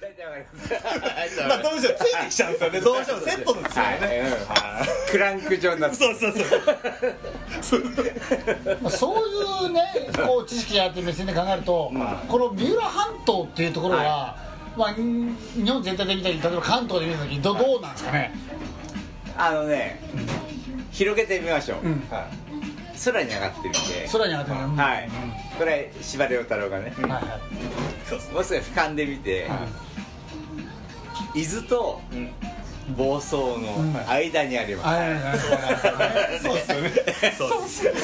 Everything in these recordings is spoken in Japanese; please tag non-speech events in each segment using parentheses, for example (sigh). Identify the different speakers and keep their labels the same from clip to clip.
Speaker 1: 大体わかりますはい
Speaker 2: まあどうしてもついてきちゃうんですよねどうしてもセットですよ
Speaker 1: はい
Speaker 2: ね
Speaker 1: うん
Speaker 2: は
Speaker 1: クランク状になっ
Speaker 2: い
Speaker 1: て
Speaker 2: そうそうそうそう
Speaker 3: まあそういうねこう知識やってる目線で考えると、この三浦半島っていうところは、まあ、ん日本全体で見たり例えば関東で見た時どどうなんですかね
Speaker 1: あのね広げてみましょう、
Speaker 3: うん
Speaker 1: はい空に上がってみて
Speaker 3: 空に上がってるの
Speaker 1: はいこれ司馬遼太郎がね
Speaker 3: うんはいはい
Speaker 1: もうすぐ俯瞰で見て、伊豆と
Speaker 2: ん
Speaker 1: 房総の間にあります、
Speaker 3: はいはいはい
Speaker 2: そうですよねそうで
Speaker 1: (laughs)
Speaker 2: すよね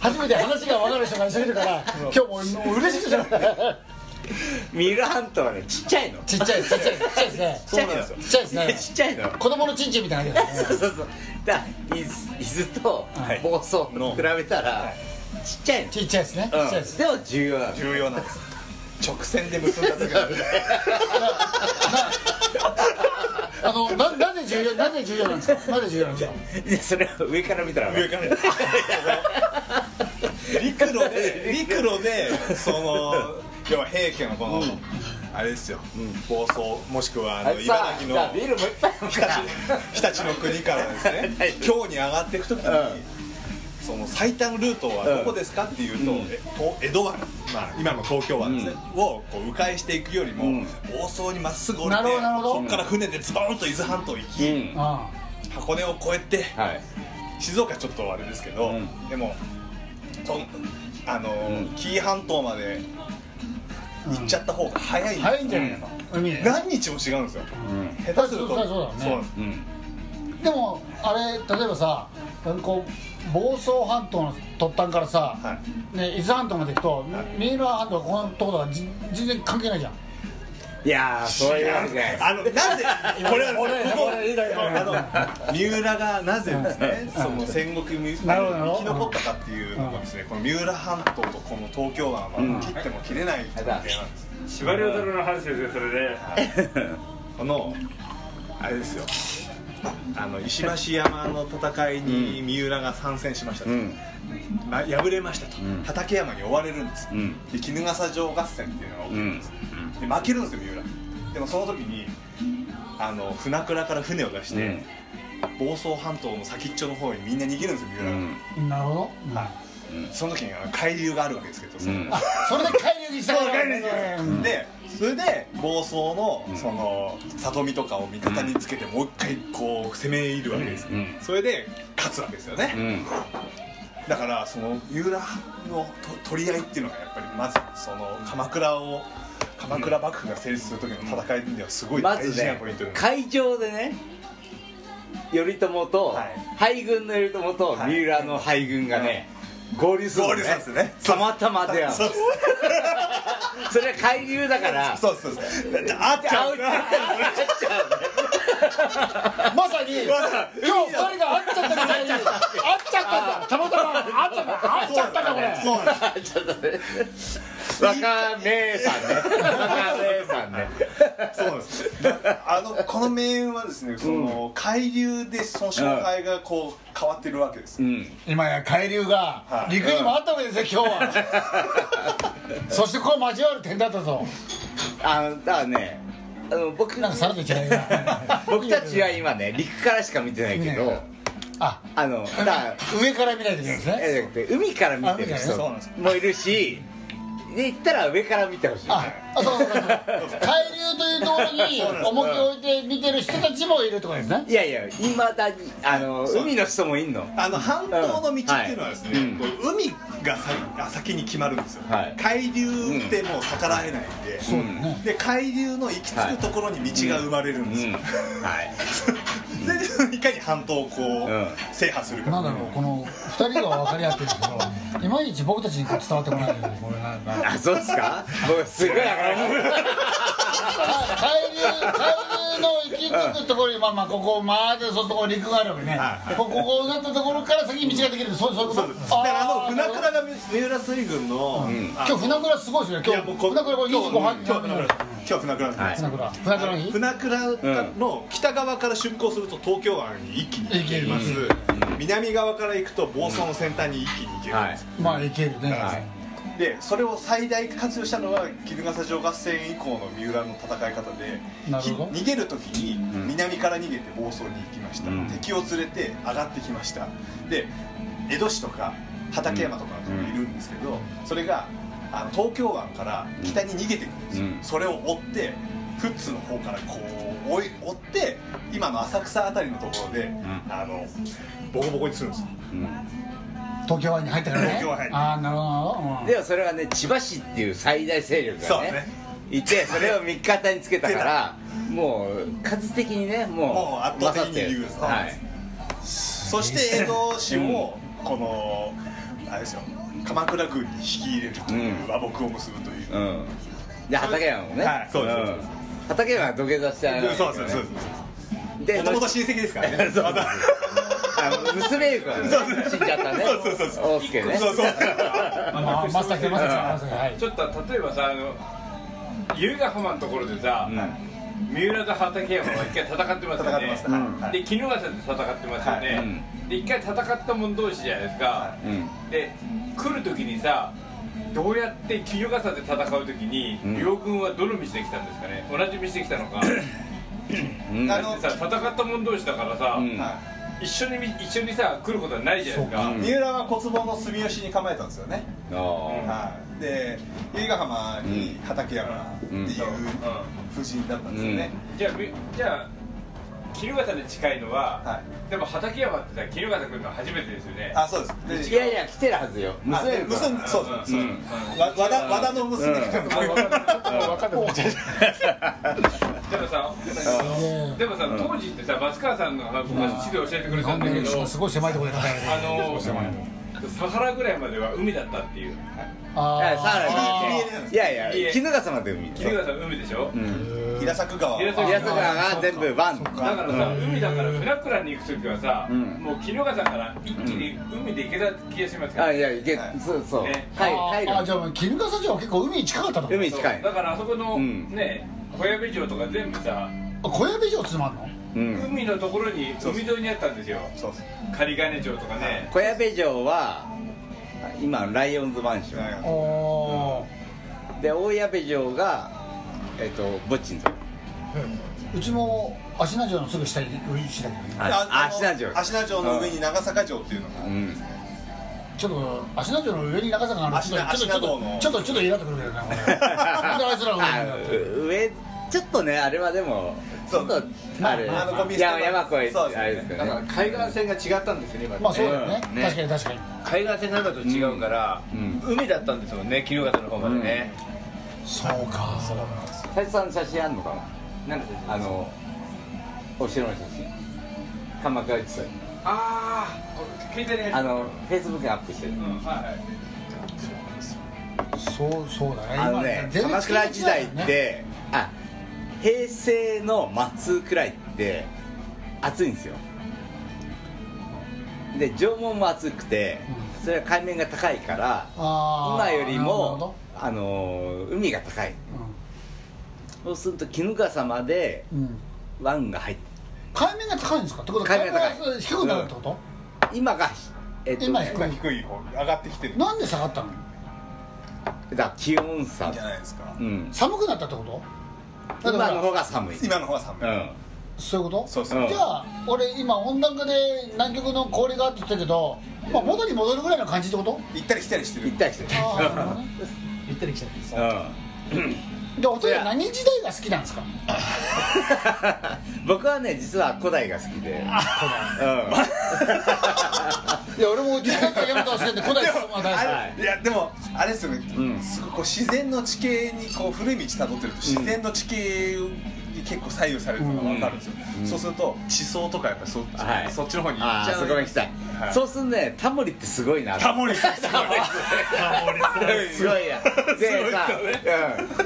Speaker 3: 初めて話が分かる人が一緒にいるから今日もうもう嬉しくてしょうがない
Speaker 1: 三浦半島はねちっちゃいの
Speaker 3: ちっちゃいですちっちゃいですちっちゃいですね
Speaker 2: そうなんですよ
Speaker 3: ちっちゃいですね
Speaker 1: (laughs) ちっちゃいの
Speaker 3: 子供のチンチンみたいな感じです
Speaker 1: そう
Speaker 3: ね
Speaker 1: そうそうだから伊豆伊豆と
Speaker 3: はい
Speaker 1: 房総の比べたらちっちゃいの、
Speaker 3: ちっちゃいですねちっちゃいです
Speaker 1: うん、でも重要なの
Speaker 2: 重要なんです直線で結んだ時がある
Speaker 3: あのななぜ重要なぜ重要なんですかなぜ重要なんですか
Speaker 1: いやそれは上から見たら
Speaker 2: 上から陸路で陸路でその要は平家のこの、あれですよ、暴走もしくはあの茨城の
Speaker 1: さあビールもいっぱい飲む
Speaker 2: 日
Speaker 1: から
Speaker 2: 立日立の国からですね
Speaker 1: はい
Speaker 2: 京に上がっていくときに、
Speaker 1: うん
Speaker 2: その最短ルートはどこですかっていうと、
Speaker 1: うん
Speaker 2: えと江戸湾、まあ、今の東京湾ですね、をこう迂回していくよりも、
Speaker 1: うん
Speaker 2: 房総にまっすぐ降り
Speaker 3: な
Speaker 2: て
Speaker 3: るほどなるほど
Speaker 2: そこから船でズボンと伊豆半島行き、
Speaker 1: うん
Speaker 3: あ
Speaker 2: 箱根を越えて
Speaker 1: はい
Speaker 2: 静岡ちょっとあれですけど、
Speaker 1: うん
Speaker 2: でもとあのー
Speaker 1: うん
Speaker 2: 紀伊半島まで行っちゃった方が早いん
Speaker 3: あ
Speaker 2: ですよ
Speaker 3: 早いんじゃないですか海で
Speaker 2: 何日も違うんですよ
Speaker 1: うん
Speaker 2: 下手すると
Speaker 3: そうそうだね
Speaker 2: なんです
Speaker 1: うん
Speaker 3: でもあれ例えばさこう房総半島の突端からさ、
Speaker 2: は
Speaker 3: ね、伊豆半島まで行くと、
Speaker 2: はい
Speaker 3: 三浦半島このところはじ全然関係ないじゃん
Speaker 1: いやーそういうわけじゃない
Speaker 2: あのなぜこれはですねここ
Speaker 3: 俺俺
Speaker 2: あの三浦がなぜですね
Speaker 3: うん
Speaker 2: その戦国に
Speaker 3: なるほどなるほ
Speaker 2: 生き
Speaker 3: ど
Speaker 2: 残ったかっていうのがですねこの三浦半島とこの東京湾
Speaker 1: うん
Speaker 2: は切っても切れない関係なんです
Speaker 4: 司馬遼太郎の話ですよそれで
Speaker 2: このあれですよあの石橋山の戦いに三浦が参戦しましたと、
Speaker 1: うん
Speaker 2: ま敗れましたと、
Speaker 1: うん
Speaker 2: 畠山に追われるんです、
Speaker 1: うん
Speaker 2: で衣笠城合戦っていうのが起きるんです、で負けるんですよ三浦でもその時にあの船倉から船を出して、
Speaker 1: うん
Speaker 2: 房総半島の先っちょの方にみんな逃げるんですよ三浦が、
Speaker 3: なるほど、
Speaker 2: はいその時にあの海流があるわけですけど、その
Speaker 1: うん
Speaker 3: あそれで海流にした
Speaker 2: そう海流に
Speaker 3: うん
Speaker 2: でそれで房総の
Speaker 1: ん
Speaker 2: その里見とかを味方につけてもう一回こう攻め入るわけですよ、
Speaker 1: うん
Speaker 2: それで勝つわけですよね、
Speaker 1: うん
Speaker 2: だからその三浦のと取り合いっていうのがやっぱりまずその鎌倉を鎌倉幕府が成立する時の戦いではすごい
Speaker 1: ま
Speaker 2: 大
Speaker 1: ず
Speaker 2: 事な
Speaker 1: ね
Speaker 2: ポイントで、
Speaker 1: 会場でね頼朝と
Speaker 2: はい
Speaker 1: 敗軍の頼朝と
Speaker 2: はい
Speaker 1: 三浦の敗軍がね合流するの
Speaker 2: 合流するんですね
Speaker 1: たまたま出会う
Speaker 2: そう
Speaker 1: それは海流だから
Speaker 2: そうそ
Speaker 1: (laughs)
Speaker 2: うそうだってあっちゃうから
Speaker 3: まさに今日二人が会っちゃったみたいに会っちゃったんだたまたま会っちゃった会っちゃったんだこれ
Speaker 2: そうなんです
Speaker 1: 若名さんね若名さんね
Speaker 2: そうなんですだあのこの命運はですねその海流でその勝敗がこう変わってるわけです、
Speaker 1: うん
Speaker 3: 今や海流が陸にもあったわけですよ今日はそしてこう交わる点だったぞ
Speaker 1: あのだからねあの僕
Speaker 3: なんかさらっと言っちゃうな
Speaker 1: 僕たちは今ね陸からしか見てないけ
Speaker 3: 見て
Speaker 1: ど
Speaker 3: ないあ
Speaker 1: あのだから
Speaker 3: 上から見ないといけないです
Speaker 1: え
Speaker 3: ね
Speaker 1: じゃなくて海から見てる
Speaker 3: あ海からね
Speaker 2: そう
Speaker 1: 人
Speaker 2: なんです
Speaker 1: もいるしで言ったら上から見てほしい
Speaker 3: ああそうそうそうそう海流というところに重きを置いて見てる人たちもいるところですね
Speaker 1: いやいやいまだにあの
Speaker 2: そう
Speaker 1: 海の人もいんの
Speaker 2: あの半島の道っていうのはですね、
Speaker 1: うん
Speaker 2: こう海がさ先に決まるんですよ、
Speaker 1: はい
Speaker 2: 海流ってもう逆らえないんで、
Speaker 1: そうだよ
Speaker 3: ね
Speaker 2: で海流の行き着くところに道が生まれるんですよ、
Speaker 1: はい
Speaker 2: (laughs) でいかに半島をこう、
Speaker 1: ん
Speaker 2: 制覇するか
Speaker 3: なんだろうこの2人が分かり合ってるんですけどいまいち僕たちにこう伝わってこないんだけどこれなんか
Speaker 1: あそうですか僕すごい
Speaker 3: 海流海流の行き着くところにまあまあここを回ってそうするとこう陸があるわけね
Speaker 2: はい
Speaker 3: こここうなったところから先に道ができるそうそういうこ
Speaker 2: そう
Speaker 3: と
Speaker 2: ですだからあの船
Speaker 3: あー
Speaker 2: 倉が三浦水軍の、あ
Speaker 3: 今日船倉すごいですね今日船
Speaker 2: こ
Speaker 3: 倉これ
Speaker 2: 今日
Speaker 3: 25
Speaker 2: 今
Speaker 3: 班
Speaker 2: 日船倉今日船倉なんです
Speaker 3: 船倉船倉の日
Speaker 2: 船倉の北側から出港すると東京湾に一気に行けます、南側から行くと房総の先端に一気に行けるんです、
Speaker 1: はい
Speaker 3: まあいけるね
Speaker 2: はいでそれを最大化活用したのが衣笠城合戦以降の三浦の戦い方で
Speaker 3: なる
Speaker 2: ひ
Speaker 3: ほど
Speaker 2: 逃げる時
Speaker 1: うん
Speaker 2: に南から逃げて房総に行きました、
Speaker 1: うん
Speaker 2: 敵を連れて上がってきましたで江戸市とか畠山とかがいるんですけど、それがあの東京湾から北に逃げてくるんですよ、
Speaker 1: うん
Speaker 2: それを追って富津の方からこう追い追って今の浅草あたりのところで、あのボコボコにするんですよ
Speaker 3: 東京湾に入ったからね
Speaker 2: 東京湾入って
Speaker 3: ああなるほど、うん
Speaker 1: でもそれはね千葉市っていう最大勢力
Speaker 2: そ
Speaker 1: が
Speaker 2: う
Speaker 1: ね
Speaker 2: ね
Speaker 1: いてそれを味方につけたからもう数的にねもう
Speaker 2: もう圧倒的
Speaker 1: 勝
Speaker 2: に
Speaker 1: ってる
Speaker 2: 有利
Speaker 1: はい
Speaker 2: そして江戸市もこのあれですよ鎌倉軍に引き入れるという和睦を結ぶという、
Speaker 1: うんで畠山もね
Speaker 2: はいそうですそうです
Speaker 1: ん畠山は土下座してあげない
Speaker 2: そうですそうです
Speaker 1: で
Speaker 2: もともと親戚ですからね
Speaker 1: そうそうあ娘ゆくはね死んじゃったね
Speaker 2: そうそうそうそう
Speaker 1: 大輔ね
Speaker 2: そうそう
Speaker 3: あまあマスター来てマスター来てマスター来てはい
Speaker 4: ちょっと例えばさあの由比ヶ浜のところでさ、
Speaker 1: うん
Speaker 4: 三浦と畠山は一回戦ってます
Speaker 2: 戦
Speaker 4: よね
Speaker 2: ってます、はい
Speaker 4: で衣笠で戦ってますよね、
Speaker 1: はいうん
Speaker 4: で一回戦った者同士じゃないですか、
Speaker 2: は
Speaker 1: うん
Speaker 4: で来る時にさどうやって衣笠で戦う時に、
Speaker 1: うん
Speaker 4: 両軍はどの道で来たんですかね同じ道で来たのか
Speaker 1: うん
Speaker 2: あ
Speaker 4: だってさ戦った者同士だからさ、
Speaker 1: うん
Speaker 2: は
Speaker 4: 一緒にみ一緒にさ来ることはないじゃないですか
Speaker 1: そう
Speaker 2: い、三浦は小坪の住吉に構えたんですよね、
Speaker 1: あー
Speaker 2: はい、で由比ヶ浜に畠山っていう夫人だったんですよね、
Speaker 4: じゃあみじゃあ衣笠に近いのは、
Speaker 2: は
Speaker 4: でも畠山ってさ衣笠来るのは初めてですよね
Speaker 2: あそうです
Speaker 1: い
Speaker 2: で
Speaker 1: やいや来てるはずよ
Speaker 2: あ
Speaker 1: 娘
Speaker 2: で
Speaker 1: ゆく
Speaker 2: 娘
Speaker 1: は
Speaker 2: そうそうそう、
Speaker 1: うん
Speaker 2: わ和田和田の娘、
Speaker 1: うん
Speaker 2: ちょっと
Speaker 4: あわかんな
Speaker 3: 分
Speaker 4: い
Speaker 3: かんなくなっちゃった
Speaker 4: でもさでもさ、当時ってさ松川さんの昔地図を教えてくれ
Speaker 3: 日
Speaker 4: たん
Speaker 3: 本
Speaker 4: だけ
Speaker 3: の
Speaker 4: ど、
Speaker 3: すごい狭いところで語られてる
Speaker 4: あのサハラぐらいまでは海だったっていう
Speaker 3: あ
Speaker 1: いやさら
Speaker 2: あー
Speaker 1: にいやいや衣笠まで海
Speaker 4: 衣笠は海でしょ、
Speaker 1: うん
Speaker 2: 平作川は
Speaker 4: 平作
Speaker 1: 安川が全部ワン
Speaker 4: だからさ、海だから船倉に行く時はさ、
Speaker 1: うん
Speaker 4: もう衣笠から一気に海で行けた気がしますよ
Speaker 1: あいやいけ
Speaker 2: はい
Speaker 1: そうそう
Speaker 4: ね
Speaker 1: はい
Speaker 3: あ
Speaker 1: は
Speaker 3: あじゃあ衣笠城は結構海に近かったの
Speaker 1: い海近い
Speaker 4: だからあそこの、
Speaker 1: うん
Speaker 4: ね小矢部城とか全部さ
Speaker 3: あ小矢部城っつまんの
Speaker 1: うん
Speaker 4: 海のところに
Speaker 2: そう
Speaker 4: 海沿いにあったんですよ
Speaker 2: そうです
Speaker 4: 仮金城とかね
Speaker 1: 小矢部城は今ライオンズマンション
Speaker 3: おお
Speaker 1: で大矢部城がえっとぼっちんとこ
Speaker 3: ーうちも芦名城のすぐ下に売りしてたけど
Speaker 1: あ芦名城
Speaker 2: 芦名城の上に長坂城っていうのがあ
Speaker 1: う
Speaker 2: る
Speaker 1: ん
Speaker 3: ちょっと芦名城の上に長坂があるちょっと
Speaker 2: 芦
Speaker 3: ち
Speaker 2: 名
Speaker 3: ょっと
Speaker 2: 芦名道の
Speaker 3: ちょっとちょっとちょっとイラっとくるけどねこれなんであいつらが
Speaker 1: あ
Speaker 3: 上になってる
Speaker 1: 上ちょっとねあれはでもち
Speaker 2: そ
Speaker 1: ょっ
Speaker 2: う
Speaker 1: とあれ
Speaker 2: まああのゴミ捨て場
Speaker 1: 山山越えて
Speaker 2: そうですね
Speaker 1: あれですよ
Speaker 5: だから
Speaker 1: ね
Speaker 5: 海岸線が違ったんですよね今ね
Speaker 3: まあそうだよね
Speaker 1: うんね
Speaker 3: 確かに確かに
Speaker 5: 海岸線なんだと違うから、
Speaker 1: うん
Speaker 5: 海だったんですもんね衣笠の方までね、
Speaker 3: そうか
Speaker 1: 最初さんの写真あんのか
Speaker 4: なんだっけ
Speaker 1: なあのお城の写真鎌倉時代
Speaker 4: ああ携帯に入って
Speaker 1: あのフェイスブックにアップしてる
Speaker 4: うんはいはい
Speaker 3: そうそうだね
Speaker 1: あの
Speaker 3: 今
Speaker 1: ね
Speaker 3: 全然
Speaker 1: 鎌倉時代っ
Speaker 3: 違うよね
Speaker 1: てあ平成の末くらいって暑いんですよで縄文も暑くてそれは海面が高いから
Speaker 3: あー
Speaker 1: 今より
Speaker 3: なるほど
Speaker 1: もあのー海が高いそうすると衣笠まで
Speaker 3: うんうん
Speaker 1: 湾が入って
Speaker 3: 海面が高いんですかってことは
Speaker 1: 海面が高い
Speaker 3: 海面が低くなるってこと
Speaker 1: 今がえっと
Speaker 3: 今
Speaker 1: だか
Speaker 3: 低い
Speaker 2: 低い方に上がってきてるん
Speaker 3: なんで下がったの
Speaker 1: ら気温差
Speaker 2: じゃないですか
Speaker 1: うん
Speaker 3: 寒くなったってことだってほ
Speaker 1: 今
Speaker 3: ら
Speaker 1: の方が寒い
Speaker 2: 今の方は寒
Speaker 1: う
Speaker 2: い
Speaker 1: ん
Speaker 3: そういうこと
Speaker 2: そうそう
Speaker 1: うん
Speaker 3: じゃあ俺今温暖化で南極の氷があって言ったけど、まあ、元に戻るぐらいの感じっ
Speaker 1: (laughs)
Speaker 3: てこと
Speaker 2: 行ったり来たりしてる
Speaker 1: 行ったりしてる
Speaker 3: ああなるほどね言ったり来たり
Speaker 1: うん
Speaker 3: でお二人何時代が好きなんですか
Speaker 1: (laughs) 僕はね実は古代が好きで
Speaker 3: いや俺も時代か山田を好きなんで古代のまあ大好
Speaker 1: はい
Speaker 2: いやでもあれですよね、
Speaker 1: うん
Speaker 2: すごいこう自然の地形にこう古い道たどってると自然の地形に結構左右されるのが分かるんですよ、
Speaker 1: うん
Speaker 2: そうすると地層とかやっぱりそ,、
Speaker 1: はい
Speaker 2: そっちの方に行
Speaker 1: あ
Speaker 2: っち
Speaker 1: あ
Speaker 2: ゃ
Speaker 1: そうこが行きたい、
Speaker 2: はい
Speaker 1: そうするとねタモリってすごいな
Speaker 2: タモリさんすごいタモリ
Speaker 1: すご
Speaker 2: (laughs)
Speaker 1: いなでさ、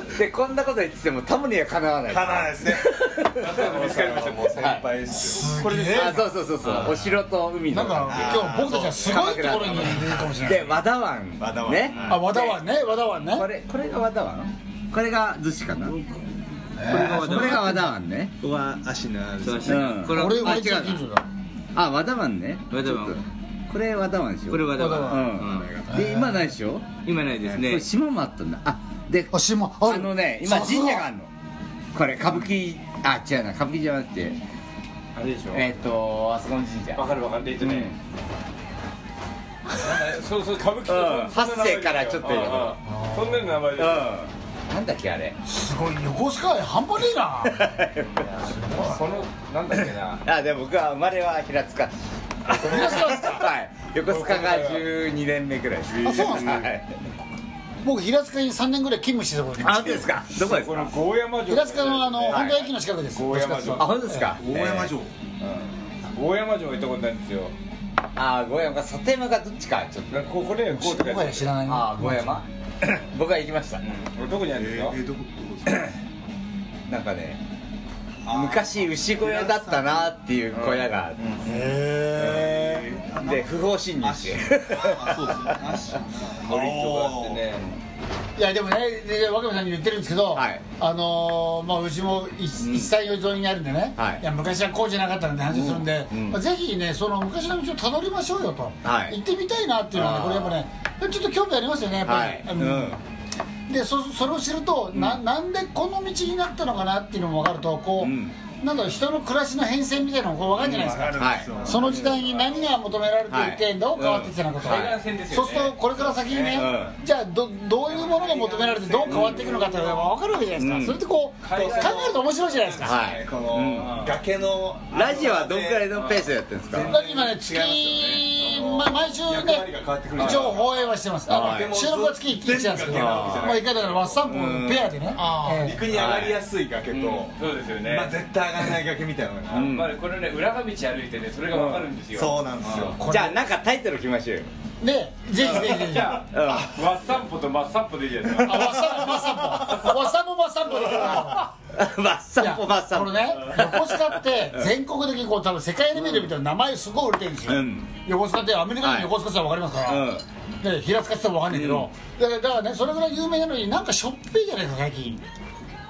Speaker 1: うん、でこんなこと言っててもタモリはかなわない
Speaker 2: かなわないで
Speaker 1: (laughs)
Speaker 2: すね
Speaker 4: 見つかりました
Speaker 2: もう先輩ですよ、
Speaker 3: き
Speaker 1: これであそうそうそうそうお城と海
Speaker 3: き
Speaker 1: の
Speaker 3: なんか今日僕たちはすごいところにいるかもしれない
Speaker 1: で和田湾
Speaker 2: 和田湾
Speaker 1: ね
Speaker 3: あ和田湾ね和田湾ね
Speaker 1: これこれが和田湾これが逗子かなこれが和田湾ね
Speaker 5: ここは足のある
Speaker 1: 足の
Speaker 5: これ
Speaker 3: 俺
Speaker 5: あ
Speaker 3: 俺
Speaker 5: 違
Speaker 3: 近
Speaker 5: う
Speaker 3: 近所
Speaker 5: な
Speaker 3: だ
Speaker 1: あ和田湾ね
Speaker 5: 和田湾
Speaker 1: ちょっとこれ和田湾でしょ
Speaker 5: これはだ
Speaker 1: う
Speaker 5: わ
Speaker 1: んで今ないでしょ
Speaker 6: 今ないです
Speaker 1: こ
Speaker 6: ね
Speaker 1: れ島もあったんだあで
Speaker 3: あ島ある
Speaker 1: あのね今
Speaker 3: さすが
Speaker 1: 神社があるのこれ歌舞伎あ違うな歌舞伎じゃなくて
Speaker 5: あれでしょ
Speaker 1: えっ、とあそこの神社
Speaker 5: わかるわかるえっとね
Speaker 4: そうそう歌舞伎と
Speaker 1: うん
Speaker 4: そんな名前
Speaker 1: 八世からちょっと
Speaker 4: うんうんそんな名前で
Speaker 1: うんなんだっけあれ
Speaker 3: すごい横須賀愛半端ねえな
Speaker 5: そのなんだっけな
Speaker 1: あで僕は生まれは平塚
Speaker 3: 横須賀ですか
Speaker 1: (laughs) はい横須賀が12年目ぐらいです
Speaker 3: あそうなんですか僕平塚に3年ぐらい勤務してたこと
Speaker 1: あ
Speaker 3: があ
Speaker 1: 本当で
Speaker 3: りま
Speaker 1: すすかどこです
Speaker 4: こ
Speaker 1: か
Speaker 4: のゴーヤマ城
Speaker 3: 平塚のあの
Speaker 1: はい
Speaker 3: 本田駅の近くです
Speaker 4: ゴーヤマ
Speaker 3: どっちかっていう
Speaker 1: あ
Speaker 3: と
Speaker 1: 本当ですか
Speaker 2: 大山城
Speaker 4: ゴーヤマ城行ったことないんですよ
Speaker 1: あー五山か里山かどっちかちょっと
Speaker 4: なんかここねゴーって書い
Speaker 3: 僕
Speaker 4: てあ
Speaker 3: は
Speaker 4: る
Speaker 3: 知らないな
Speaker 1: ああ五山僕は行きました
Speaker 4: 俺どこにあるんです
Speaker 2: え
Speaker 4: よ
Speaker 2: ーえーどこどこですか
Speaker 1: なんかね
Speaker 2: あー
Speaker 1: 昔牛小屋だったなっていう小屋があって
Speaker 3: へえ
Speaker 1: で不法侵入して
Speaker 2: あそ
Speaker 1: (laughs)
Speaker 2: うですねナッシュ
Speaker 5: 森とかあってね
Speaker 3: いやでもねで若部さんに言ってるんですけど、
Speaker 1: はい
Speaker 3: あのーまあうちも一一切沿いにあるんでね、
Speaker 1: はい
Speaker 3: や昔はこうじゃなかったんで話をするんで、
Speaker 1: うんうん
Speaker 3: まあ、ぜひねその昔の道をたどりましょうよと、
Speaker 1: はい
Speaker 3: 行ってみたいなっていうのはね
Speaker 1: あー
Speaker 3: これやっぱねちょっと興味ありますよねやっぱ
Speaker 1: は
Speaker 3: り
Speaker 1: い、
Speaker 3: うんでそそれを知ると、ななんでこの道になったのかなっていうのも分かるとこう、
Speaker 1: うん
Speaker 3: なんだろう人の暮らしの変遷みたいなのもこう分かるじゃないですか、
Speaker 1: うんはい
Speaker 3: その時代に何が求められてい
Speaker 1: は
Speaker 3: て
Speaker 1: い
Speaker 3: どう変わってきたのかと、
Speaker 1: うん海
Speaker 4: 岸線です
Speaker 3: そ
Speaker 4: よ
Speaker 3: う
Speaker 4: ね
Speaker 3: するとこれから先にね、
Speaker 1: う
Speaker 3: じゃあどどういうものが求められてどう変わっていくのかっていうのが分かるわけじゃないですか、
Speaker 1: うん
Speaker 3: それってこう考
Speaker 4: 海岸線
Speaker 3: えると面白いじゃないですか、
Speaker 1: はい
Speaker 2: この崖の
Speaker 1: ラジオはどんくらいのペースでやってるんです
Speaker 3: だ
Speaker 1: か
Speaker 3: から今ね月
Speaker 2: 違いますよね
Speaker 3: ま、毎週ね
Speaker 2: 役割が変わってくる
Speaker 3: 一応放映はしてます、あの
Speaker 1: はい
Speaker 3: 収録は月1日なんですけど、
Speaker 2: 全
Speaker 1: が出
Speaker 2: 部
Speaker 1: るわけじゃない
Speaker 3: まあ、一回だからワッサンプペアでね、ええ
Speaker 2: 陸に上がりやすい崖と、
Speaker 4: そうですよね、
Speaker 2: まあ、絶対上がらない崖みたいなのが、
Speaker 1: うん
Speaker 4: まあ、これね裏が道歩いてねそれがわかるんですよ、
Speaker 2: そうなんですよ、
Speaker 1: じゃあなんかタイトル決めましょうよ
Speaker 3: でぜひぜひぜひ
Speaker 4: じゃあ
Speaker 1: うん
Speaker 4: ワッサンポとマッサンポでいいじゃないです
Speaker 3: あ
Speaker 4: か
Speaker 3: ワッサンポワッサンポワッサンポワッサンポでいけるな
Speaker 1: マッサンポマッサン
Speaker 3: こ
Speaker 1: ポ
Speaker 3: れね横須賀って全国的にこう多分世界レベルみたいな名前すごい売れてるんですよ、
Speaker 1: うん
Speaker 3: 横須賀ってアメリカの横須賀さん分かりますから、で平塚って言っても分かんないけど、だからだからねそれぐらい有名なのになんかしょっぺいじゃないですか最近
Speaker 1: (laughs)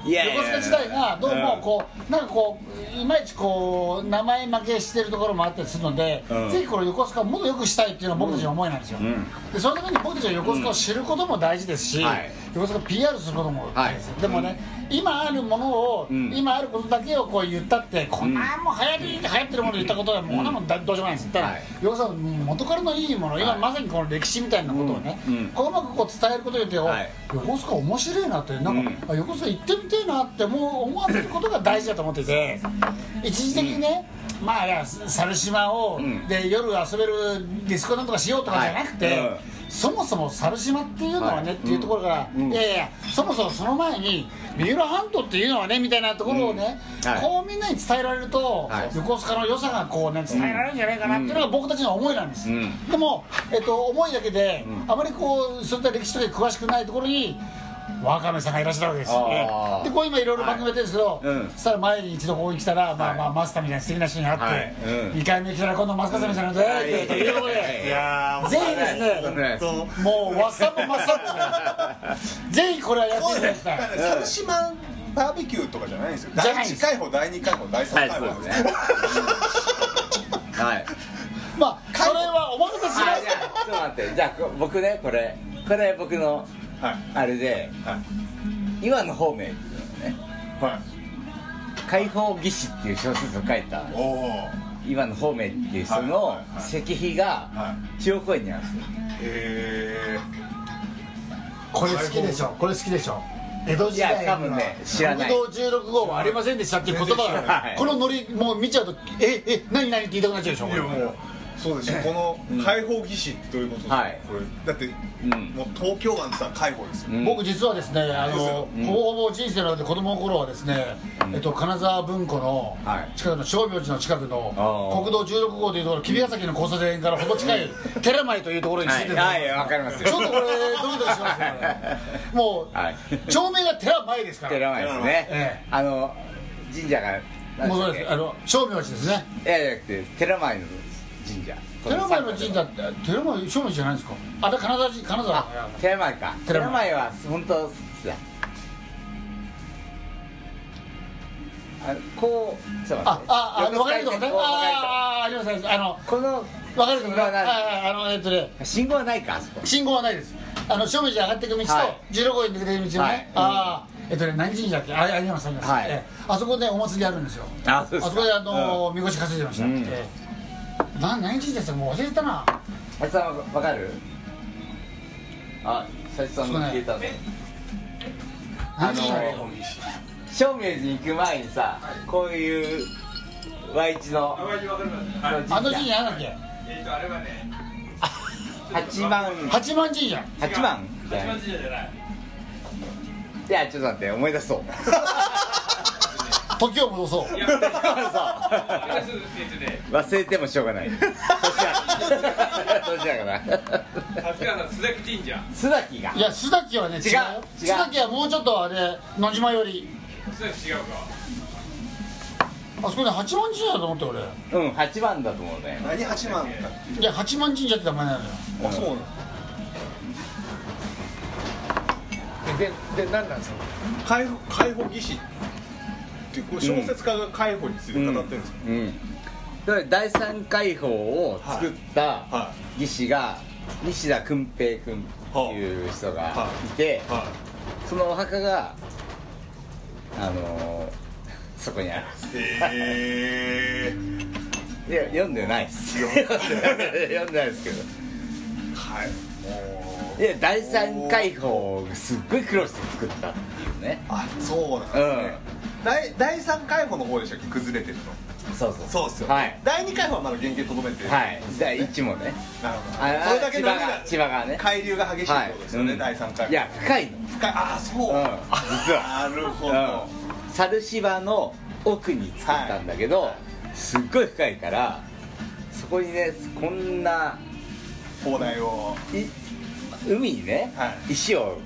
Speaker 1: いやいやい
Speaker 3: 横
Speaker 1: や
Speaker 3: 須賀時代がどうもこうなんかこういまいちこう名前負けしてるところもあったりするので、
Speaker 1: うん
Speaker 3: ぜひこの横須賀をもっと良くしたいっていうのが僕たちの思いなんですよ、
Speaker 1: ん
Speaker 3: でそのために僕たちは横須賀を知ることも大事ですし、
Speaker 1: うんはい
Speaker 3: 横須賀を PR することも大事です、
Speaker 1: は
Speaker 3: でもね、今あるものを、
Speaker 1: ん
Speaker 3: 今あることだけをこう言ったってこんなもう流行り流行ってるもの言ったことはもうこんなもんだどうしようもないんですだから、
Speaker 1: はい
Speaker 3: 横須賀の元からのいいもの今まさにこの歴史みたいなことをね、
Speaker 1: うんうん
Speaker 3: こううまくこう伝えることによって、
Speaker 1: はい
Speaker 3: 横須賀面白いなってなんか、あ横須賀行ってみてえなって思う思わせることが大事だと思ってて一時的にね、まあいや猿島を、
Speaker 1: ん
Speaker 3: で夜遊べるディスコなんとかしようとかじゃなくて、
Speaker 1: はいうん
Speaker 3: そもそも猿島っていうのはね、
Speaker 1: はい
Speaker 3: っていうところから、
Speaker 1: うん
Speaker 3: いやいやそもそもその前に三浦半島っていうのはねみたいなところをね、
Speaker 1: うんはい
Speaker 3: こうみんなに伝えられると、
Speaker 1: はい
Speaker 3: 横須賀の良さがこうね伝えられるんじゃないかなっていうのが僕たちの思いなんです、
Speaker 1: うん
Speaker 3: でも、えっと、思いだけで、あまりこうそういった歴史とかに詳しくないところにワカメさんがいらっしゃるわけですよね
Speaker 1: あー
Speaker 3: でこう今いろいろ番組やってるんですけど、
Speaker 1: はいうん
Speaker 3: そしたら前に一度ここに来たら、まあ
Speaker 1: はい
Speaker 3: まあマスターみたいな素敵な人に会って、
Speaker 1: はいうん
Speaker 3: 2回目来たら今度マスカさんみたいなので、
Speaker 1: い
Speaker 3: ということで
Speaker 1: いや
Speaker 3: ぜひですね
Speaker 1: ー
Speaker 2: そう
Speaker 3: もうわっさもまっ
Speaker 1: (laughs)
Speaker 3: さもぜひこれはやっていただきたい
Speaker 2: だから猿島バーベキューとかじゃないんですよ
Speaker 3: じゃな
Speaker 2: 第
Speaker 3: い
Speaker 2: 1回放第2回放第3
Speaker 1: はい
Speaker 2: 回
Speaker 1: そう
Speaker 2: 放
Speaker 1: ですねはい
Speaker 3: まあそれはお任せし
Speaker 1: あ
Speaker 3: ます
Speaker 1: じゃあちょっと待ってじゃあこ僕ねこれこれ僕の
Speaker 2: はい
Speaker 1: あれで
Speaker 2: はい
Speaker 1: 今の方面っていうのね
Speaker 2: はい
Speaker 1: 解放技師っていう小説を書いた
Speaker 2: おおー
Speaker 1: 今の方面っていう人
Speaker 2: はい
Speaker 1: の
Speaker 2: はいはい
Speaker 1: 石碑が
Speaker 2: は
Speaker 1: 千代公園にあるんですよ
Speaker 2: いへ
Speaker 3: これ好きでしょこれ好きでしょ江戸時代
Speaker 1: いや多分ね知らない
Speaker 3: 国道16号はありませんでしたっていう
Speaker 1: 全
Speaker 3: 言葉
Speaker 1: 然知らな
Speaker 3: が
Speaker 1: い
Speaker 3: このノリもう見ちゃうとええ何何って言いたくなっちゃうでしょ
Speaker 2: え
Speaker 3: こ
Speaker 2: い
Speaker 3: れ
Speaker 2: やもうそうでしょこの解放技師ってどういうことですか、
Speaker 1: はい
Speaker 2: これだって、
Speaker 1: ん
Speaker 2: もう東京湾ってさ解放ですよ、
Speaker 1: うん
Speaker 3: 僕実はですねあの、
Speaker 1: うん
Speaker 3: ほぼほぼ人生の中で子供の頃はですね、えっと、金沢文庫の
Speaker 1: はい
Speaker 3: 近くの正明寺の近くの
Speaker 1: あー
Speaker 3: 国道16号というところ君ヶ崎の交差点からほど近い寺前というところに住んでるんです
Speaker 1: はいはいわかりますよ
Speaker 3: ちょっとこれドキドキしますよねもう、
Speaker 1: はい
Speaker 3: 町名が寺前ですから
Speaker 1: 寺前です
Speaker 3: え
Speaker 1: ね
Speaker 3: え
Speaker 1: あの神社が何
Speaker 3: もうそう
Speaker 1: でし
Speaker 3: です
Speaker 1: た
Speaker 3: あ
Speaker 1: っ
Speaker 3: の正明寺ですね
Speaker 1: けいやじゃなくて寺前の神社
Speaker 3: 寺前の神社って寺前正明寺じゃないんですかあれ金沢寺金沢
Speaker 1: あ寺前か
Speaker 3: 寺前
Speaker 1: 寺前は本当好きだあこうちょっと
Speaker 3: あ
Speaker 1: 待って
Speaker 3: ああの分かれるとこね
Speaker 1: 横使
Speaker 3: あ
Speaker 1: いでこう分かれるとこ
Speaker 3: ああありますありますあの
Speaker 1: この
Speaker 3: わかるけ
Speaker 1: 信
Speaker 3: どね
Speaker 1: 号
Speaker 3: は
Speaker 1: はい
Speaker 3: は
Speaker 1: ない
Speaker 3: あのえっとね
Speaker 1: 信号はないかあそこ
Speaker 3: 信号はないですあの正面寺上がっていく道と
Speaker 1: はい
Speaker 3: 十六号に出てくる道の
Speaker 1: は
Speaker 3: ね
Speaker 1: い
Speaker 3: ああえっとね何神社だっけあありますあります
Speaker 1: はい
Speaker 3: ええあそこねお祭りあるんですよ
Speaker 1: あ
Speaker 3: あそこであのみこし担いでました
Speaker 1: うん
Speaker 3: ええな何神社ですかもう忘れてたな
Speaker 1: あいつはわかる
Speaker 5: あ、佐々木さんの消えたぞ
Speaker 3: 何神社だっけ
Speaker 5: 正明寺行く前にさ、こういう Y 字の
Speaker 4: あわかりますはい
Speaker 3: あの神社なんだっけ
Speaker 4: えっとあれはね
Speaker 5: 八幡
Speaker 3: 八幡神
Speaker 1: (laughs)
Speaker 3: 社
Speaker 1: 八番
Speaker 4: 八幡神社じゃない
Speaker 1: いやちょっと待って思い出そう
Speaker 5: (laughs)
Speaker 3: 時を戻そう
Speaker 4: いや
Speaker 1: そう
Speaker 4: えっとね
Speaker 1: 忘れてもしょうが
Speaker 5: (laughs)
Speaker 1: ない年だ年だから
Speaker 4: 八川さん須崎神社
Speaker 1: (laughs) 須崎が
Speaker 3: いや須崎はね違う
Speaker 1: 違う
Speaker 3: よ須
Speaker 1: 違う
Speaker 3: 崎はもうちょっとあれ野島より
Speaker 4: 須崎違うか
Speaker 3: あそこね八幡神社だと思って俺
Speaker 1: うん八番だと思うね
Speaker 2: 何八万だっ
Speaker 3: いや八幡神社って名前なのよ
Speaker 2: けあそうなの
Speaker 6: でで何なんですか
Speaker 2: 解放解放技師ってこれ小説家が解放について語ってるんですか、
Speaker 1: うんそれ第三解放を作った
Speaker 2: は
Speaker 1: 技師が西田訓平君っていう人がいて
Speaker 2: い、はい
Speaker 1: そのお墓があのーそこにある
Speaker 2: へえ (laughs)
Speaker 1: いや読んでないっす読んでないですけど
Speaker 2: はいもう
Speaker 1: いや第三解放をすっごい苦労して作ったっていうね
Speaker 2: あそうなんです
Speaker 1: う
Speaker 2: ね
Speaker 1: ん、
Speaker 2: 第第3回放の方でしたっけ崩れてるの
Speaker 1: そうそう
Speaker 2: そうっすよ、
Speaker 1: はい
Speaker 2: 第2回放はまだ原型とどめてる
Speaker 1: はい第一もね
Speaker 2: なるほど
Speaker 1: あれ
Speaker 2: それだけの波が
Speaker 1: 千葉が千葉がね
Speaker 2: 海流が激しいってことですよね、
Speaker 1: うん
Speaker 2: 第3回
Speaker 1: いや深いの
Speaker 2: 深いああそう、
Speaker 1: うん実
Speaker 2: な
Speaker 1: は
Speaker 2: るほど、
Speaker 1: うん猿芝の奥に作ったんだけど、すっごい深いからそこにねこんな
Speaker 2: 砲台を
Speaker 1: い海にね、
Speaker 2: は
Speaker 1: 石を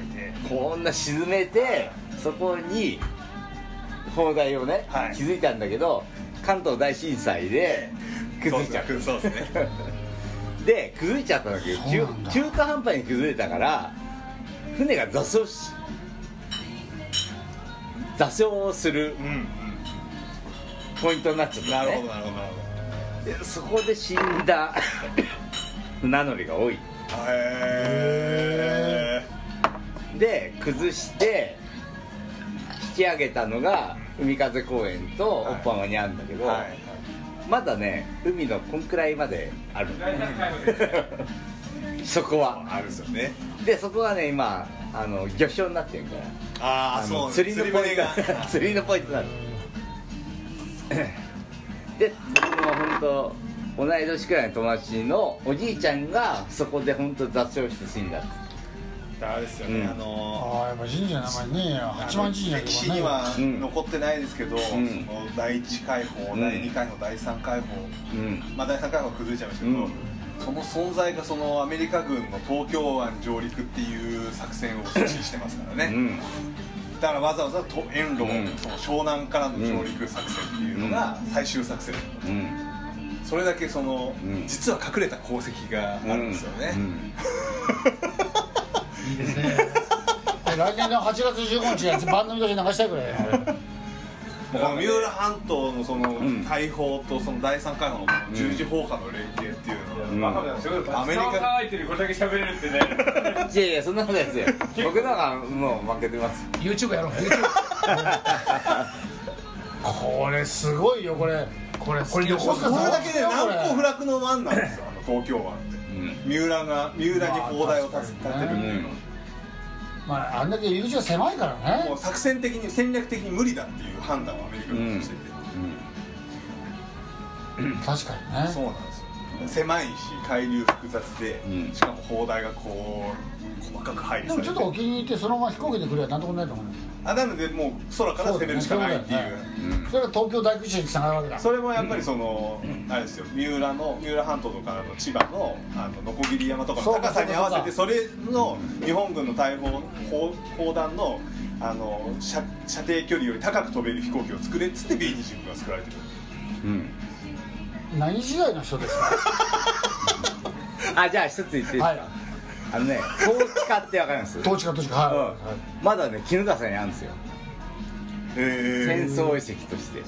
Speaker 2: 見て
Speaker 1: こんな沈めて、そこに砲台をね、
Speaker 2: はい
Speaker 1: 気づいたんだけど関東大震災で崩れちゃう
Speaker 2: そうです
Speaker 1: (laughs)
Speaker 2: ね
Speaker 1: で崩れちゃったんだけど
Speaker 3: そうなんだ
Speaker 1: 中中途半端に崩れたから船が座礁し座礁する
Speaker 2: うん、うん
Speaker 1: ポイントになっちゃった
Speaker 2: な
Speaker 1: の
Speaker 2: る
Speaker 1: ね
Speaker 2: ほどなるほどなるほど
Speaker 1: でそこで死んだ名乗りが多い
Speaker 2: へえ
Speaker 1: で崩して引き上げたのが海風公園とオッパンワにあるんだけど、
Speaker 2: はい
Speaker 1: まだね海のこんくらいまであ
Speaker 4: (laughs)
Speaker 1: るの
Speaker 4: 第三回放で
Speaker 1: そこは
Speaker 2: あるんですよね
Speaker 1: でそこがね今あの魚礁になってるから
Speaker 2: ああ
Speaker 1: の
Speaker 2: そう
Speaker 1: 釣りのポイン
Speaker 2: 釣り船
Speaker 1: ト (laughs) 釣りのポイントなので僕の本当同い年くらいの友達のおじいちゃんがそこで本当雑誌して死んだって
Speaker 2: (laughs) あれですよね、
Speaker 1: うん
Speaker 2: あの
Speaker 3: ああやっぱ神社の名前ねえよ
Speaker 2: ー
Speaker 3: 八幡神社
Speaker 2: 歴史には
Speaker 1: うん
Speaker 2: 残ってないですけど、その第1回放、
Speaker 1: うん
Speaker 2: 第2回放第3回放、
Speaker 1: うん
Speaker 2: まあ、第3回放は崩れちゃいましたけど、
Speaker 1: うん
Speaker 2: その存在がそのアメリカ軍の東京湾上陸っていう作戦を阻止してますからね、
Speaker 1: うん
Speaker 2: だからわざわざと遠路、
Speaker 1: うん
Speaker 2: その湘南からの上陸作戦っていうのが最終作戦、
Speaker 1: うん
Speaker 2: それだけその、
Speaker 1: うん
Speaker 2: 実は隠れた功績があるんですよね、
Speaker 1: うん
Speaker 3: いいですね来年の8月15日が番組として流したいくらいだよ
Speaker 2: この三浦半島のその
Speaker 1: ん
Speaker 2: 大砲とその第三海砲の十字砲火の連携っていうのは、
Speaker 1: うん
Speaker 4: バカだすごいバ
Speaker 2: アメリ
Speaker 4: カ
Speaker 2: カ
Speaker 4: を騒いでるこれだけ喋れるってね
Speaker 1: いやいやそんなことないですよ僕のがもう負けて (laughs) ます
Speaker 6: YouTube やろう YouTube
Speaker 3: これすごいよこれ
Speaker 6: これ
Speaker 3: これ横須賀
Speaker 2: これだけで
Speaker 3: これ
Speaker 2: 南方不落の湾なんですよあの東京湾って
Speaker 1: うん
Speaker 2: 三浦が三浦に砲台を立て立てるっていうのは
Speaker 3: まああんだけ入り口が狭いから
Speaker 2: も
Speaker 3: ね
Speaker 2: う作戦的に戦略的に無理だっていう判断をアメリカ
Speaker 1: うん
Speaker 2: がしてて、
Speaker 3: 確かにね
Speaker 2: そうなんですよ狭いし海流複雑で、
Speaker 1: うん
Speaker 2: しかも砲台がこう細かく配
Speaker 3: で
Speaker 2: 慮さ
Speaker 3: も
Speaker 2: れ
Speaker 3: ち
Speaker 2: て
Speaker 3: ょっとお気に入りってそのまま飛行機で来ればなんともないと思うね
Speaker 2: あなのでもう空から攻めるしかないっていう
Speaker 3: そうだよねそれが東京大空襲につながるわけだ
Speaker 2: それもやっぱりその、あれですよ三浦の三浦半島とかの千葉のあの鋸山とかの高さに合わせてそれの日本軍の大砲砲砲弾のあの射射程距離より高く飛べる飛行機を作れっつって B29 が作られてる
Speaker 1: うん
Speaker 3: 何時代の人ですか
Speaker 2: (laughs)
Speaker 1: あじゃあ一つ言っていいですか、
Speaker 3: はい
Speaker 1: あのね (laughs) 統治家ってわかります
Speaker 3: どっちかどっちかはい、
Speaker 1: うんまだね衣笠にあるんですよ戦
Speaker 2: へ
Speaker 1: 争遺跡として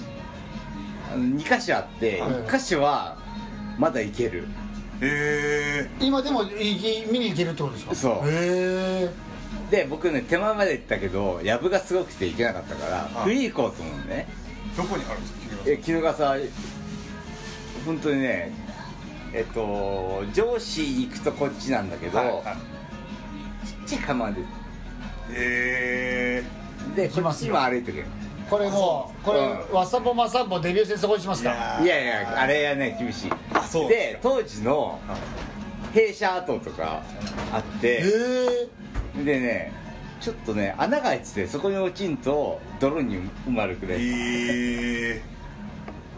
Speaker 1: あの2箇所あって
Speaker 3: はい
Speaker 1: 1箇所はまだ行ける
Speaker 2: え
Speaker 3: 今でもい見に行けるってことですか
Speaker 1: そう
Speaker 3: へえ
Speaker 1: で僕ね手前まで行ったけど藪がすごくて行けなかったから
Speaker 2: あ
Speaker 1: フリーコートもね
Speaker 2: ー、どこにあるんですか君は
Speaker 1: え衣笠本当にねえっと上司行くとこっちなんだけど、
Speaker 2: はいはい
Speaker 1: ちっちゃい釜で
Speaker 2: え
Speaker 1: で
Speaker 3: 行き
Speaker 1: こ
Speaker 3: ま
Speaker 1: っ
Speaker 3: す
Speaker 1: ち
Speaker 3: よ
Speaker 1: も歩いてくる
Speaker 3: これもうこれ
Speaker 1: うん
Speaker 3: わっさぽまさんぽデビュー戦そこにしま
Speaker 2: ー、
Speaker 3: すか
Speaker 1: いやいやあれはね厳しい
Speaker 2: あそう
Speaker 1: で当時の
Speaker 2: は
Speaker 1: 弊社跡とかあっ
Speaker 3: へ
Speaker 1: て
Speaker 3: え
Speaker 1: でねちょっとね穴が開いててそこに落ちんと泥に埋まるくらい、
Speaker 2: え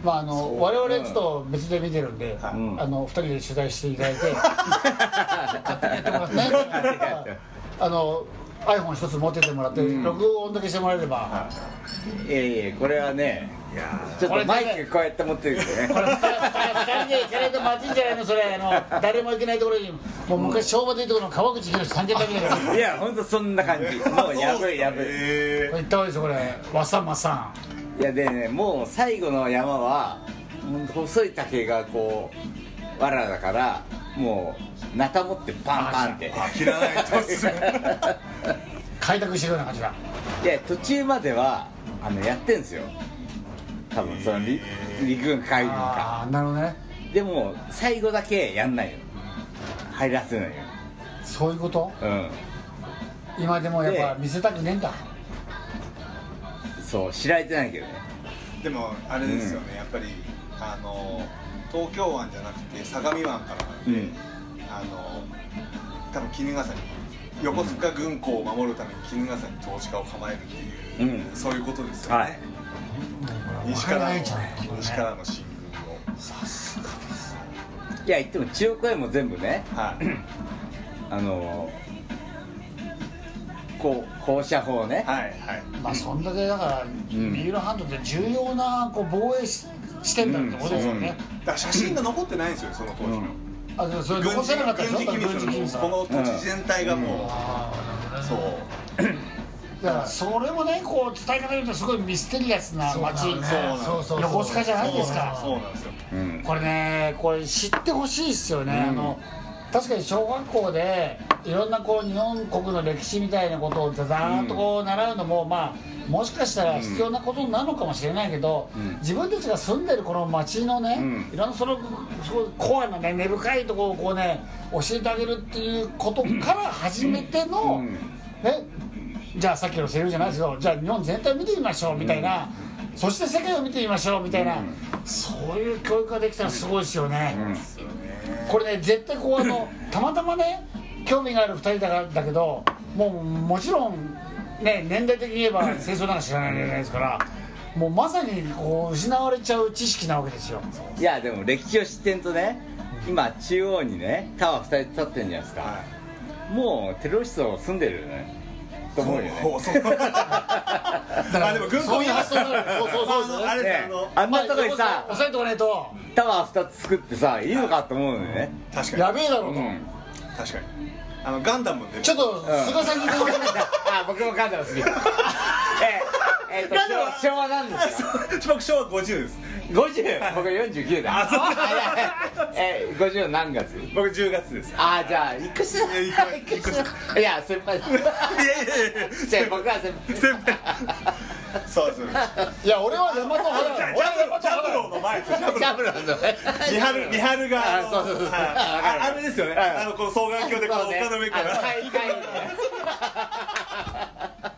Speaker 3: まああの我々ちょっと別で見てるんで、
Speaker 2: はい
Speaker 1: うん
Speaker 3: あの二人で取材していただいて
Speaker 2: (laughs)
Speaker 1: らって
Speaker 3: ねあの iPhone 一つ持ってってもらって、
Speaker 1: うん
Speaker 3: 録音だけしてもらえれば、
Speaker 1: いやいやこれはね
Speaker 2: ー、いや
Speaker 1: ちょっとマイクこうやって持ってるんでね
Speaker 3: これ二人二人で行かないとまずいんじゃないのそれあの誰も行けないところにもう昔昭和でいうところの川口博三軒旅だから
Speaker 1: (laughs)
Speaker 3: こ
Speaker 1: いや本当そんな感
Speaker 2: (laughs)
Speaker 1: じもうやばいやばい
Speaker 2: え
Speaker 3: れ行った方がいいですよこれわさまさん
Speaker 1: いやでねもう最後の山はほんと細い竹がこうわらだからもうなた持ってパンパンって
Speaker 2: ー、あ切らないとっすね (laughs)
Speaker 3: 開拓してくるような感じだ
Speaker 1: いや途中まではあのやってんですよ多分その陸陸軍海軍か
Speaker 3: ああーなるほどね
Speaker 1: でも最後だけやんないよ入らせないよ
Speaker 3: そういうこと
Speaker 1: う
Speaker 3: 今でもやっぱ
Speaker 1: で
Speaker 3: 見せたくねえんだ
Speaker 1: んそう知られてないけどね
Speaker 2: でもあれですよね、やっぱりあの東京湾じゃなくて相模湾からなんで、
Speaker 1: うん
Speaker 2: あの多分衣笠に横須賀軍港を守るために衣笠に投資家を構えるっていう、
Speaker 1: うん
Speaker 2: そういうことですよね、
Speaker 1: はい
Speaker 2: 西から
Speaker 3: わ
Speaker 2: の
Speaker 3: いじゃない
Speaker 2: 西からの進軍を
Speaker 1: いや言っても千代子屋も全部ね
Speaker 2: はい
Speaker 1: あのこう放射砲ね
Speaker 2: はいはい
Speaker 3: まあそんだけだから、
Speaker 1: ん
Speaker 3: 三浦半島って重要なこう防衛ししてんだってことですよね、
Speaker 2: だから写真が残ってないんですよその当時の、
Speaker 3: あでもそれ
Speaker 2: 軍
Speaker 3: 残
Speaker 2: 事
Speaker 3: せなかったでしょ
Speaker 2: 軍事機密
Speaker 3: 軍事機密だ
Speaker 2: のこの土地全体がもう、そう
Speaker 3: だからそれもねこう伝え方で言うとすごいミステリアスな街
Speaker 6: そうなんだそうそうそう
Speaker 3: 横須賀じゃないですか
Speaker 2: そうなんですよ
Speaker 1: うん
Speaker 3: これねこれ知ってほしいですよね、あの確かに小学校でいろんなこう日本国の歴史みたいなことをざざーっとこう習うのも、まあもしかしたら必要なことなのかもしれないけど、
Speaker 1: ん
Speaker 3: 自分たちが住んでるこの町のね、
Speaker 1: うん
Speaker 3: いろんなそのそうコアなね根深いところをこうね教えてあげるっていうことから始めての、
Speaker 1: うん
Speaker 3: ねじゃあさっきのセリフじゃないですけどじゃあ日本全体見てみましょうみたいな、そして世界を見てみましょうみたいな、そういう教育ができたらすごいですよね、これね絶対こうあのたまたまね興味がある2人だからだけどもうもちろんね年代的に言えば戦争なんか知らないじゃないですからもうまさにこう失われちゃう知識なわけですよ
Speaker 1: いやでも歴史を知ってんとね今中央にねタワー2人立ってんじゃないですか、
Speaker 2: は
Speaker 1: もうテロリスト住んでるよねと思うよね
Speaker 2: そうそうあでも軍港
Speaker 3: そういう発想に
Speaker 2: (laughs)
Speaker 3: なるそうそうそう
Speaker 2: ああれ
Speaker 1: ね
Speaker 2: あの
Speaker 1: あんなとこにさ
Speaker 3: 押さえておかないと
Speaker 1: タワー2つ作ってさいいのかと思うのよね、
Speaker 2: 確かに
Speaker 3: やべえだろうと、
Speaker 1: うん
Speaker 2: 確かにあのガンダムで
Speaker 3: ちょっと菅さんに電話かけて
Speaker 1: あ僕もガンダム好
Speaker 2: (laughs)
Speaker 1: きえええっと
Speaker 2: ガンダムは
Speaker 1: 昭和なんです
Speaker 2: (laughs)
Speaker 1: よ
Speaker 2: (laughs) 僕昭和50です
Speaker 1: 50僕49だ
Speaker 2: あそう
Speaker 1: あいやいやえ50何月
Speaker 2: 僕10月
Speaker 3: (laughs)
Speaker 2: です
Speaker 1: ああじゃあ一個下
Speaker 2: いやいく
Speaker 1: 一個下いや先
Speaker 2: (laughs)
Speaker 1: 輩
Speaker 2: いやいやいやいや
Speaker 1: 先輩僕は先輩
Speaker 2: 先輩そうです
Speaker 1: (laughs)
Speaker 3: いや俺は大和原
Speaker 2: ジャブロージャブローの前ですよジャブロ
Speaker 1: ジャブロ (laughs) ンの
Speaker 2: ー (laughs) リハルリハルが
Speaker 1: あそうそうそう
Speaker 2: はいああれですよね
Speaker 1: はい
Speaker 2: あのこの双眼鏡でこの丘の上か
Speaker 1: そうねあ
Speaker 2: ら
Speaker 1: のはいはい